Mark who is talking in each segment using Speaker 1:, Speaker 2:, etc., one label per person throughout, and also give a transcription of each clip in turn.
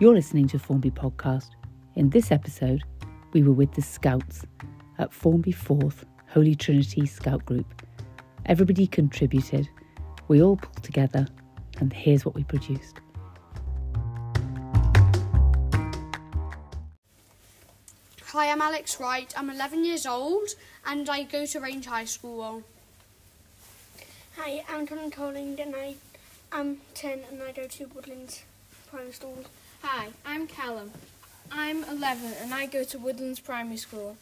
Speaker 1: You're listening to Formby Podcast. In this episode, we were with the Scouts at Formby 4th Holy Trinity Scout Group. Everybody contributed, we all pulled together, and here's what we produced.
Speaker 2: Hi, I'm Alex Wright. I'm 11 years old and I go to Range High School.
Speaker 3: Hi, I'm Colin Coling, and I am 10 and I go to Woodlands Primary School.
Speaker 4: Hi, I'm Callum. I'm 11 and I go to Woodlands Primary School.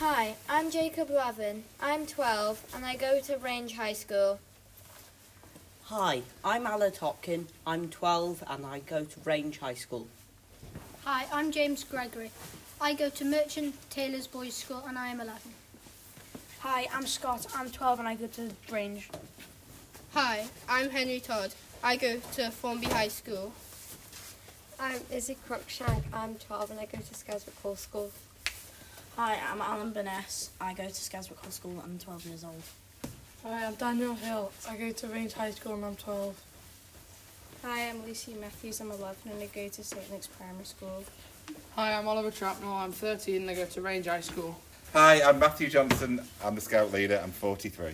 Speaker 5: Hi, I'm Jacob Lavin. I'm 12 and I go to Range High School.
Speaker 6: Hi, I'm Alan Hopkin. I'm 12 and I go to Range High School.
Speaker 7: Hi, I'm James Gregory. I go to Merchant Taylor's Boys' School and I am 11.
Speaker 3: Hi, I'm Scott. I'm 12 and I go to Range.
Speaker 8: Hi, I'm Henry Todd. I go to Formby High School.
Speaker 5: I'm Izzy Cruikshank. I'm 12 and I go to Scaswick Hall School.
Speaker 9: Hi, I'm Alan Burness. I go to Scaswick Hall School. I'm 12 years old.
Speaker 10: Hi, I'm Daniel Hill. I go to Range High School and I'm 12.
Speaker 11: Hi, I'm Lucy Matthews. I'm 11 and I go to St Nick's Primary School.
Speaker 12: Hi, I'm Oliver Trapnell. I'm 13 and I go to Range High School.
Speaker 13: Hi, I'm Matthew Johnson. I'm the Scout Leader. I'm 43.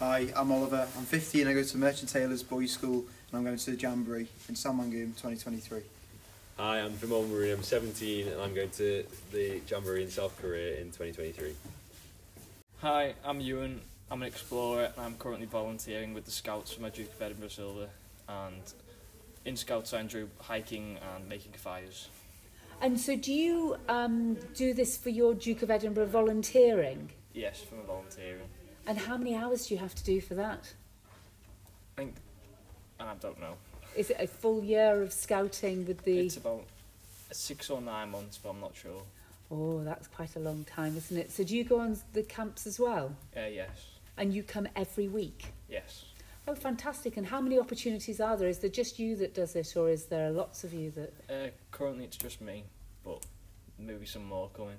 Speaker 14: Hi, I'm Oliver. I'm 15. I go to Merchant Taylor's Boys' School and I'm going to the Jamboree in Salmangoom 2023.
Speaker 15: Hi, I'm Jamal Murray. I'm 17 and I'm going to the Jamboree in South Korea in 2023.
Speaker 16: Hi, I'm Ewan. I'm an explorer and I'm currently volunteering with the Scouts for my Duke of Edinburgh Silver. And in Scouts, I enjoy hiking and making fires.
Speaker 1: And so, do you um, do this for your Duke of Edinburgh volunteering?
Speaker 16: Yes, from volunteering.
Speaker 1: And how many hours do you have to do for that?
Speaker 16: I think I don't know.
Speaker 1: Is it a full year of scouting with the?
Speaker 16: It's about six or nine months, but I'm not sure.
Speaker 1: Oh, that's quite a long time, isn't it? So do you go on the camps as well?
Speaker 16: Uh, yes.
Speaker 1: And you come every week?
Speaker 16: Yes.
Speaker 1: Oh, fantastic! And how many opportunities are there? Is there just you that does it, or is there lots of you that?
Speaker 16: Uh, currently, it's just me, but maybe some more coming.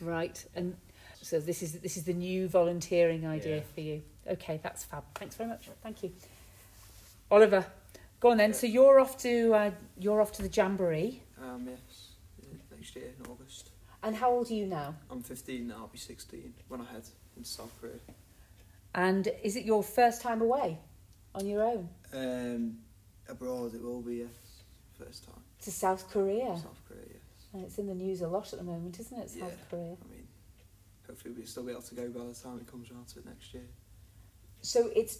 Speaker 1: Right, and so this is this is the new volunteering idea yeah. for you. Okay, that's fab. Thanks very much. Thank you, Oliver. Go on then. Yeah. So you're off to uh, you're off to the jamboree.
Speaker 17: Um, yes, yeah, next year in August.
Speaker 1: And how old are you now?
Speaker 17: I'm 15 now. I'll be 16 when I head into South Korea.
Speaker 1: And is it your first time away on your own?
Speaker 17: Um, abroad it will be yes, first time.
Speaker 1: To South Korea.
Speaker 17: South Korea, yes.
Speaker 1: And it's in the news a lot at the moment, isn't it? South Korea.
Speaker 17: I mean, hopefully we'll still be able to go by the time it comes around to it next year.
Speaker 1: So it's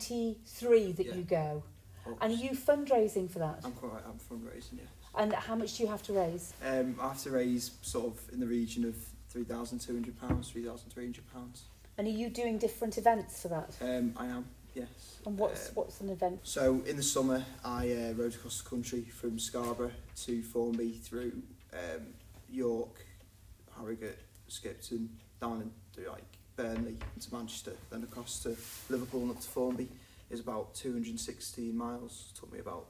Speaker 1: 2023 that yeah. you go. Oops. And are you fundraising for that?
Speaker 17: I'm quite I'm fundraising, yeah.
Speaker 1: And how much do you have to raise?
Speaker 17: Um, I have to raise sort of in the region of £3,200, £3,300.
Speaker 1: And are you doing different events for that?
Speaker 17: Um, I am, yes.
Speaker 1: And what's,
Speaker 13: Uh,
Speaker 1: um, what's an event?
Speaker 17: So in the summer, I uh, rode across the country from Scarborough to Formby through um, York, Harrogate, Skipton, down into like Burnley to Manchester, then across to Liverpool and up to Formby is about 216 miles. It took me about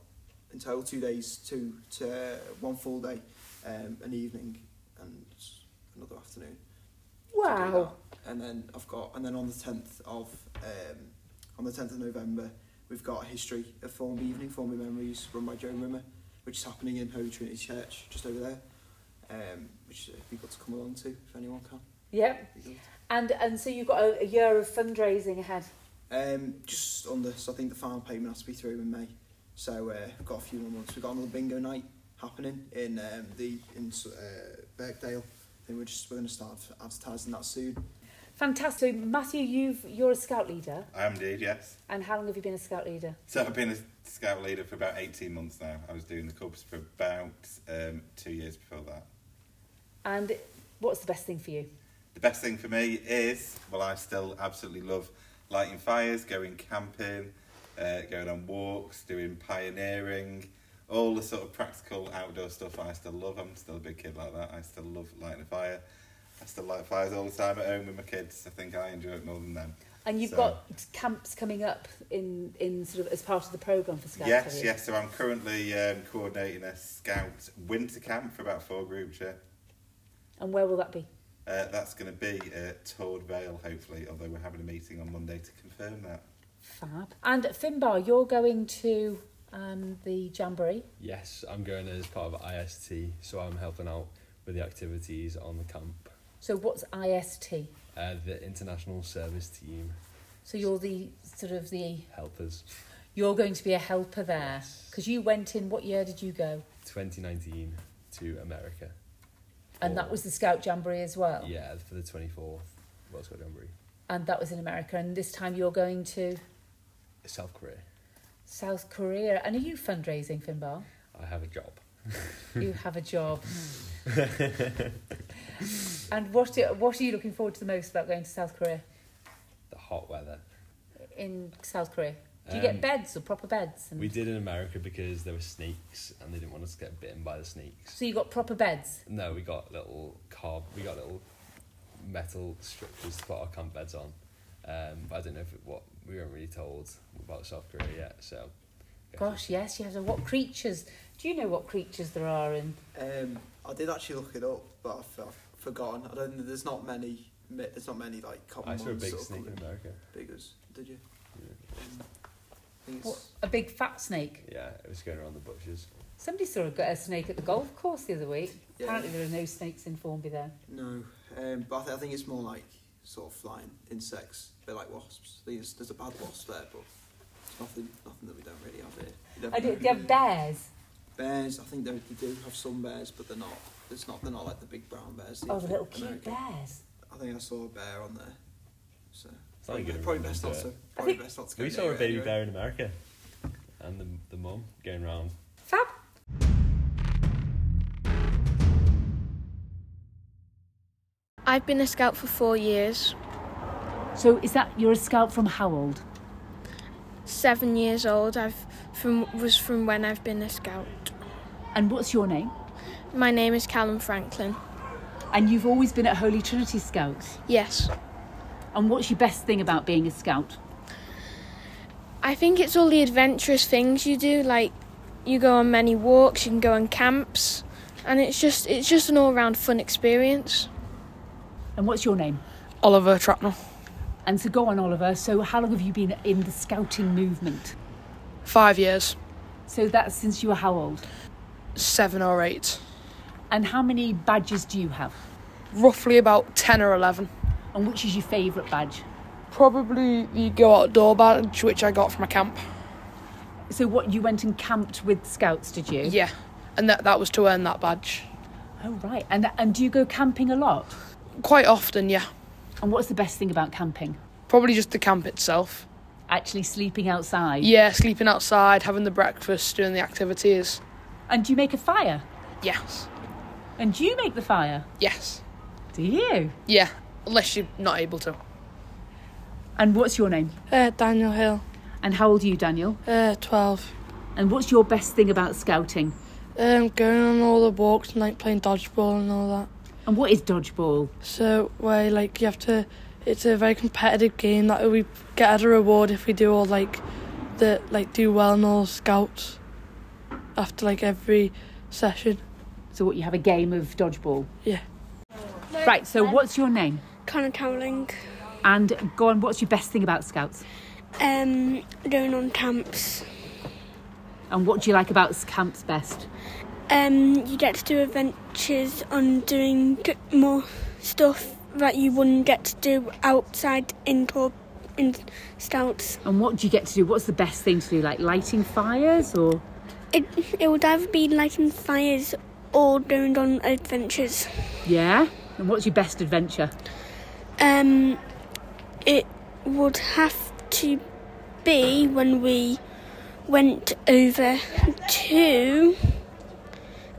Speaker 17: in total two days, two to uh, one full day, um, an evening, and another afternoon.
Speaker 1: Wow!
Speaker 17: And then I've got, and then on the 10th of um, on the 10th of November, we've got a history of Formby evening, Formby memories, run by Joan Rimmer, which is happening in Holy Trinity Church just over there. Um, which would be good to come along to if anyone can.
Speaker 1: Yep. And and so you've got a, a year of fundraising ahead.
Speaker 17: Um, just on this, I think the final payment has to be through in May, so uh, we've got a few more months. We've got another bingo night happening in um, the in uh, Birkdale. I think we're just we're going to start advertising that soon.
Speaker 1: Fantastic, Matthew. You've you're a scout leader.
Speaker 13: I am indeed, yes.
Speaker 1: And how long have you been a scout leader?
Speaker 13: So I've been a scout leader for about eighteen months now. I was doing the clubs for about um, two years before that.
Speaker 1: And what's the best thing for you?
Speaker 13: The best thing for me is, well, I still absolutely love lighting fires, going camping, uh, going on walks, doing pioneering, all the sort of practical outdoor stuff I still love. I'm still a big kid like that. I still love lighting a fire. I still light fires all the time at home with my kids. I think I enjoy it more than them.
Speaker 1: And you've so, got camps coming up in, in sort of as part of the programme for Scouts.
Speaker 13: Yes, yes. So I'm currently um, coordinating a Scout winter camp for about four groups. Yeah.
Speaker 1: And where will that be?
Speaker 13: Uh, that's going to be uh, Tord Vale, hopefully, although we're having a meeting on Monday to confirm that.
Speaker 1: Fab. And Finbar, you're going to And the Jamboree.
Speaker 15: Yes, I'm going as part of IST, so I'm helping out with the activities on the camp.
Speaker 1: So what's IST?
Speaker 15: Uh, the international service team
Speaker 1: So you're the sort of the
Speaker 15: helpers,
Speaker 1: you're going to be a helper there because you went in. What year did you go?
Speaker 15: 2019 to America.
Speaker 1: And that
Speaker 15: For-
Speaker 1: was the Scout Jamboree as well.
Speaker 15: Oh. Yeah, for the 24th World Scout Jamboree,
Speaker 1: And that was in America. And this time you're going to
Speaker 15: South Korea.
Speaker 1: South Korea. And are you fundraising, Finbar?
Speaker 15: I have a job.
Speaker 1: you have a job. and what are- what are you looking forward to the most about going to South Korea?
Speaker 15: The hot weather.
Speaker 1: In South Korea, do you
Speaker 15: Um,
Speaker 1: get beds or proper beds? And
Speaker 15: We did in America because there were snakes and they didn't want us to get bitten by the snakes.
Speaker 1: So you got proper beds.
Speaker 15: No, we got little carb. We got little metal structures to put our camp beds on. Um, but I don't know if it, what we weren't really told about South Korea yet. So
Speaker 1: Gosh, yes, you have. To, what creatures? Do you know what creatures there are in?
Speaker 17: Um, I did actually look it up, but I've, I've forgotten. I don't. There's not many. mi- There's not many like common
Speaker 15: I saw a
Speaker 17: ones
Speaker 15: big
Speaker 17: sort of
Speaker 15: snake in
Speaker 17: coloured
Speaker 15: America.
Speaker 17: Biggers, did you? Um, I think it's-
Speaker 1: What, a big fat snake.
Speaker 15: Yeah, it was going around the bushes.
Speaker 1: Somebody saw a, a snake at the golf course the other week.
Speaker 17: Yeah.
Speaker 1: Apparently, there are no snakes in Formby then.
Speaker 17: No, um, but I, th- I think it's more like sort of flying insects, a bit like wasps. There's, there's a bad wasp there, but it's nothing, nothing that we don't really have here. You
Speaker 1: I do, do you have bears?
Speaker 17: Bears, I think they, they do have some bears, but they're not. It's not. They're not like the big brown bears.
Speaker 1: Oh,
Speaker 17: the
Speaker 1: the little cute bears.
Speaker 17: I think I saw a bear on there. So
Speaker 15: It's not
Speaker 17: probably,
Speaker 15: like you're gonna
Speaker 17: probably
Speaker 15: remember
Speaker 17: best not
Speaker 15: it.
Speaker 17: to. Probably best not to go
Speaker 15: We saw a
Speaker 17: near it
Speaker 15: baby
Speaker 17: anyway.
Speaker 15: bear in America, and the the mum going round.
Speaker 1: Fab.
Speaker 11: I've been a scout for four years,
Speaker 1: So, is that you're a scout from how old?
Speaker 11: seven years old. I've from was from when I've been a scout.
Speaker 1: And what's your name?
Speaker 11: My name is Callum Franklin.
Speaker 1: And you've always been at Holy Trinity Scouts.
Speaker 11: Yes.
Speaker 1: And what's your best thing about being a scout?
Speaker 11: I think it's all the adventurous things you do, like you go on many walks, you can go on camps, and it's just it's just an all-round fun experience.
Speaker 1: And what's your name?
Speaker 12: Oliver Trapnell.
Speaker 1: And so, go on, Oliver. So, how long have you been in the scouting movement?
Speaker 12: Five years.
Speaker 1: So that's since you were how old?
Speaker 12: Seven or eight.
Speaker 1: And how many badges do you have?
Speaker 12: Roughly about 10 or 11.
Speaker 1: And which is your favourite badge?
Speaker 12: Probably the go outdoor badge, which I got from a camp.
Speaker 1: So, what you went and camped with scouts, did you?
Speaker 12: Yeah, and that, that was to earn that badge.
Speaker 1: Oh right, and and do you go camping a lot?
Speaker 12: Quite often, yeah.
Speaker 1: And what's the best thing about camping?
Speaker 12: Probably just the camp itself.
Speaker 1: Actually, sleeping outside.
Speaker 12: Yeah, sleeping outside, having the breakfast, doing the activities.
Speaker 1: And do you make a fire?
Speaker 12: Yes.
Speaker 1: And do you make the fire?
Speaker 12: Yes.
Speaker 1: Do you?
Speaker 12: Yeah, unless you're not able to.
Speaker 1: And what's your name?
Speaker 12: Uh, Daniel Hill.
Speaker 1: And how old are you, Daniel?
Speaker 18: Uh, 12.
Speaker 1: And what's your best thing about scouting?
Speaker 18: Um, going on all the walks and like playing dodgeball and all that.
Speaker 1: And what is dodgeball?
Speaker 18: So, where like you have to, it's a very competitive game that we get a reward if we do all like the like do well in all scouts after like every session.
Speaker 1: So, what you have a game of dodgeball?
Speaker 18: Yeah.
Speaker 1: Right. So, what's your name?
Speaker 3: Connor Cowling.
Speaker 1: And go on. What's your best thing about scouts?
Speaker 3: Um, going on camps.
Speaker 1: And what do you like about camps best?
Speaker 3: Um, you get to do adventures on doing more stuff that you wouldn't get to do outside indoor in stouts.
Speaker 1: And what do you get to do? What's the best thing to do? Like lighting fires or?
Speaker 3: It it would either be lighting fires or going on adventures.
Speaker 1: Yeah. And what's your best adventure?
Speaker 3: Um, it would have to be when we went over to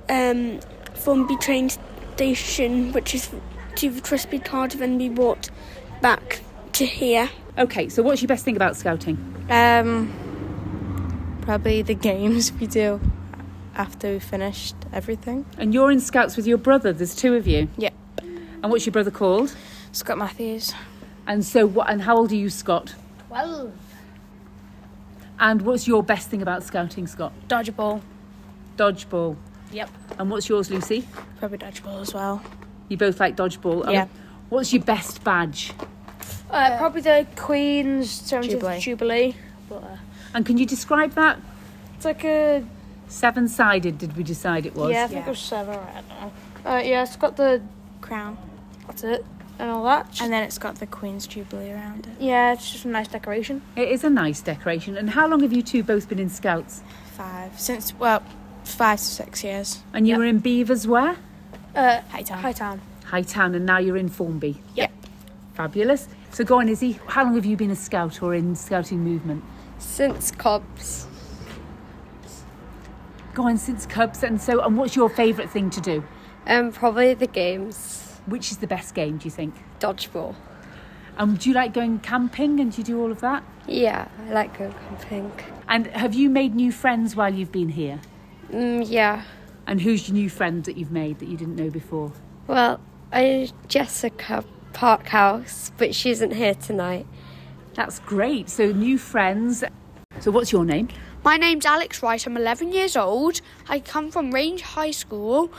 Speaker 3: um, Formby train station, which is to the Trisby Card, then we walked back to here.
Speaker 1: Okay. So, what's your best thing about scouting?
Speaker 19: Um, probably the games we do after we finished everything.
Speaker 1: And you're in scouts with your brother. There's two of you.
Speaker 19: Yep.
Speaker 1: And what's your brother called?
Speaker 19: Scott Matthews.
Speaker 1: And so, what? And how old are you, Scott?
Speaker 19: Well,
Speaker 1: And what's your best thing about scouting, Scott?
Speaker 19: dodgeball.
Speaker 1: Dodgeball.
Speaker 19: Yep.
Speaker 1: And what's yours, Lucy?
Speaker 19: Probably dodgeball as well.
Speaker 1: You both like dodgeball.
Speaker 19: Yeah.
Speaker 1: what's your best badge?
Speaker 18: Uh, probably the Queen's 70th
Speaker 19: Jubilee.
Speaker 20: uh,
Speaker 18: Jubilee.
Speaker 1: And can you describe that?
Speaker 20: It's like a
Speaker 1: Seven sided, did we decide it was?
Speaker 20: yeah, I think it was seven right now. Uh, yeah, it's got the crown. That's it, and all that.
Speaker 11: And then it's got the Queen's Jubilee around it.
Speaker 20: Yeah, it's just a nice decoration.
Speaker 1: It is a nice decoration. And how long have you two both been in Scouts?
Speaker 11: Five. Since, well, five to six years.
Speaker 1: And you were in Beavers where?
Speaker 20: Uh,
Speaker 11: High town.
Speaker 20: High town.
Speaker 1: High Town, and now you're in Formby.
Speaker 20: Yep.
Speaker 1: Fabulous. So go on, Izzy. How long have you been a scout or in scouting movement?
Speaker 21: Since Cobs.
Speaker 1: Go on, since Cubs. And so, and what's your favourite thing to do?
Speaker 21: Um, probably the games.
Speaker 1: Which is the best game, do you think?
Speaker 21: Dodgeball.
Speaker 1: And do you like going camping and do you do all of that?
Speaker 21: Yeah, I like going camping.
Speaker 1: And have you made new friends while you've been here?
Speaker 21: Mm, yeah.
Speaker 1: And who's your new friend that you've made that you didn't know before?
Speaker 21: Well, I Jessica Parkhouse, but she isn't here tonight.
Speaker 1: That's great. So new friends. So what's your name?
Speaker 2: My name's Alex Wright. I'm 11 years old. I come from Range High School,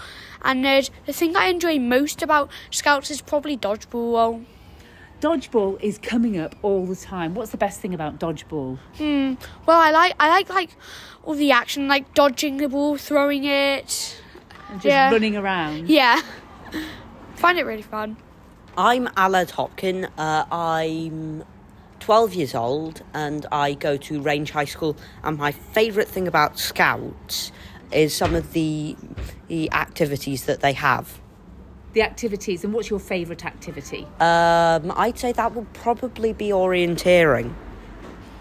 Speaker 2: and uh, the thing I enjoy most about Scouts is probably dodgeball.
Speaker 1: Dodgeball is coming up all the time. What's the best thing about dodgeball?
Speaker 2: Hmm. Well, I like I like like all the action, like dodging the ball, throwing it.
Speaker 1: And just
Speaker 2: yeah.
Speaker 1: running around.
Speaker 2: Yeah. Find it really fun.
Speaker 6: I'm Allard Hopkin. Uh, I'm 12 years old and I go to Range High School. And my favourite thing about Scouts is some of the, the activities that they have.
Speaker 1: The activities. And what's your favourite activity?
Speaker 6: Um, I'd say that would probably be orienteering.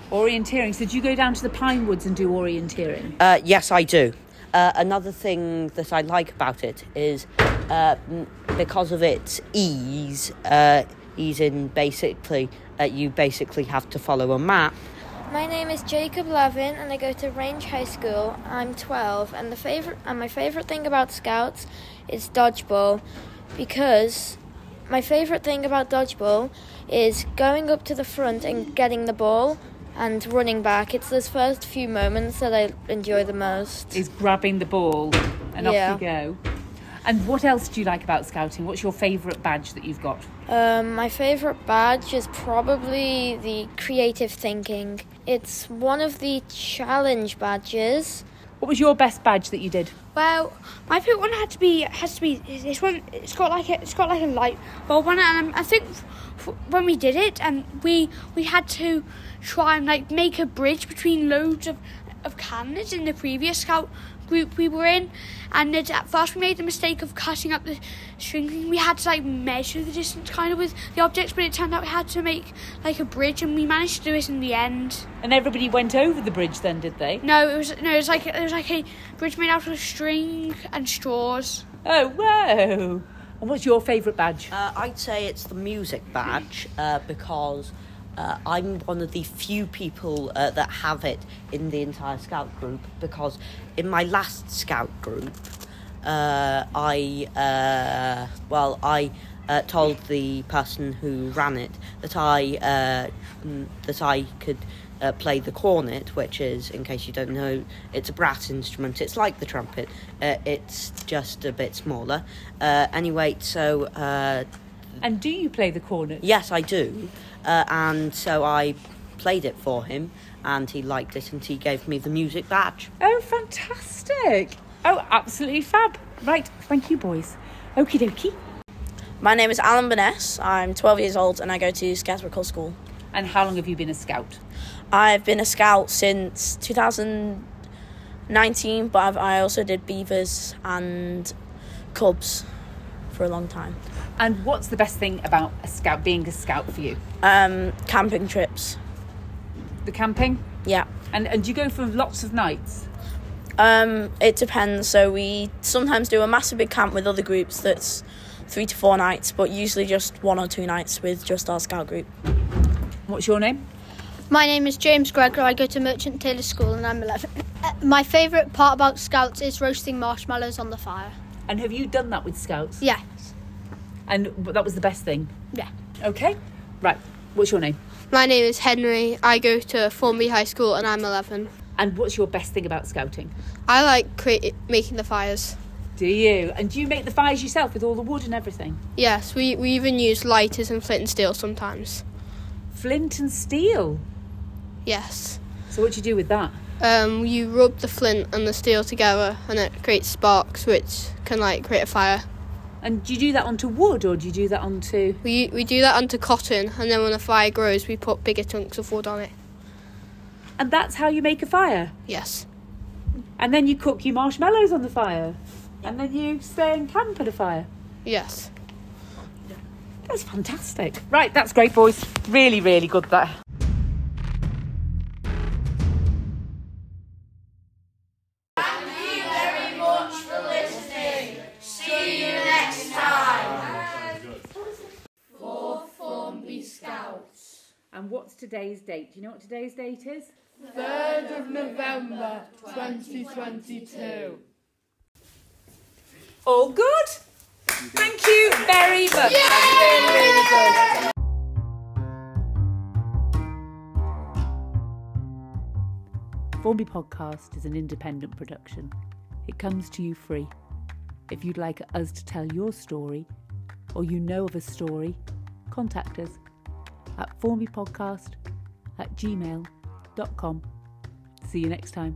Speaker 1: Orienteering. So did you go down to the pine woods and do orienteering?
Speaker 6: Uh, yes, I do. Uh, another thing that I like about it is uh, m- because of its ease, uh, ease in basically, uh, you basically have to follow a map.
Speaker 5: My name is Jacob Levin, and I go to Range High School. I'm 12, and the favorite and my favorite thing about Scouts is dodgeball, because my favorite thing about dodgeball is going up to the front and getting the ball and running back. It's those first few moments that I enjoy the most.
Speaker 1: Is grabbing the ball and
Speaker 5: Yeah.
Speaker 1: off you go. And what else do you like about scouting? What's your favourite badge that you've got?
Speaker 5: Um, my favorite badge is probably the creative thinking. It's one of the challenge badges.
Speaker 1: What was your best badge that you did?
Speaker 5: Well,
Speaker 4: My favorite one had to be has to be this one. It's got like a it's got like a light bulb on it, and um, I think f- when we did it, and we we had to try and like make a bridge between loads of of cannons in the previous scout group we were in, and it, at first we made the mistake of cutting up the string. We had to like measure the distance kind of with the objects, but it turned out we had to make like a bridge, and we managed to do it in the end.
Speaker 1: And everybody went over the bridge then, did they?
Speaker 4: No, it was no, it was like it was like a bridge made out of string and straws.
Speaker 1: Oh, whoa! And what's your favourite badge?
Speaker 6: Uh, I'd say it's the music badge uh, because uh, I'm one of the few people uh, that have it in the entire scout group. Because in my last scout group, uh, I uh, well, I uh, told the person who ran it that I uh, mm, that I could. Uh, play the cornet, which is, in case you don't know, it's a brass instrument. It's like the trumpet. Uh, it's just a bit smaller. Uh, anyway, so uh,
Speaker 1: And do you play the cornet?
Speaker 6: Yes, I do. Uh, and so I played it for him, and he liked it, and he gave me the music badge.
Speaker 1: Oh, fantastic! Oh, absolutely fab. Right, thank you, boys. Okie dokie.
Speaker 9: My name is Alan Burness. I'm 12 years old and I go to Scarswick Hall School.
Speaker 1: And how long have you been a scout?
Speaker 9: I've been a scout since 2019, but I've, I also did beavers and cubs for a long time.
Speaker 1: And what's the best thing about a scout being a scout for you?
Speaker 9: Um, camping trips.
Speaker 1: The camping?
Speaker 9: Yeah.
Speaker 1: And, and do you go for lots of nights?
Speaker 9: Um, it depends. So we sometimes do a massive big camp with other groups that's three to four nights, but usually just one or two nights with just our scout group.
Speaker 1: What's your name?
Speaker 7: My name is James Gregor. I go to Merchant Taylor School and I'm 11. Uh, My favourite part about Scouts is roasting marshmallows on the fire.
Speaker 1: And have you done that with scouts?
Speaker 7: Yeah,
Speaker 1: And w- that was the best thing?
Speaker 7: yeah.
Speaker 1: Okay. Right, what's your name?
Speaker 8: My name is Henry. I go to Formby High School and I'm 11.
Speaker 1: And what's your best thing about scouting?
Speaker 8: I like create- making the fires.
Speaker 1: Do you? And do you make the fires yourself with all the wood and everything?
Speaker 8: Yes, we, we even use lighters and flint and steel sometimes.
Speaker 1: Flint and steel?
Speaker 8: Yes.
Speaker 1: So what do you do with that?
Speaker 8: Um, you rub the flint and the steel together, and it creates sparks, which can like create a fire.
Speaker 1: And do you do that onto wood, or do you do that onto?
Speaker 8: We we do that onto cotton, and then when the fire grows, we put bigger chunks of wood on it.
Speaker 1: And that's how you make a fire.
Speaker 8: Yes.
Speaker 1: And then you cook your marshmallows on the fire, and then you stay and camp at a fire.
Speaker 8: Yes.
Speaker 1: That's fantastic. Right, that's great, boys. Really, really good. That.
Speaker 10: See you next time.
Speaker 22: For Formby Scouts.
Speaker 1: And what's today's date? Do you know what today's date is?
Speaker 22: 3rd of November 2022.
Speaker 1: All good. Thank you very much. That's really, really good. Formby Podcast is an independent production. It comes to you free. If you'd like us to tell your story, or you know of a story, contact us at formbypodcast at gmail.com. See you next time.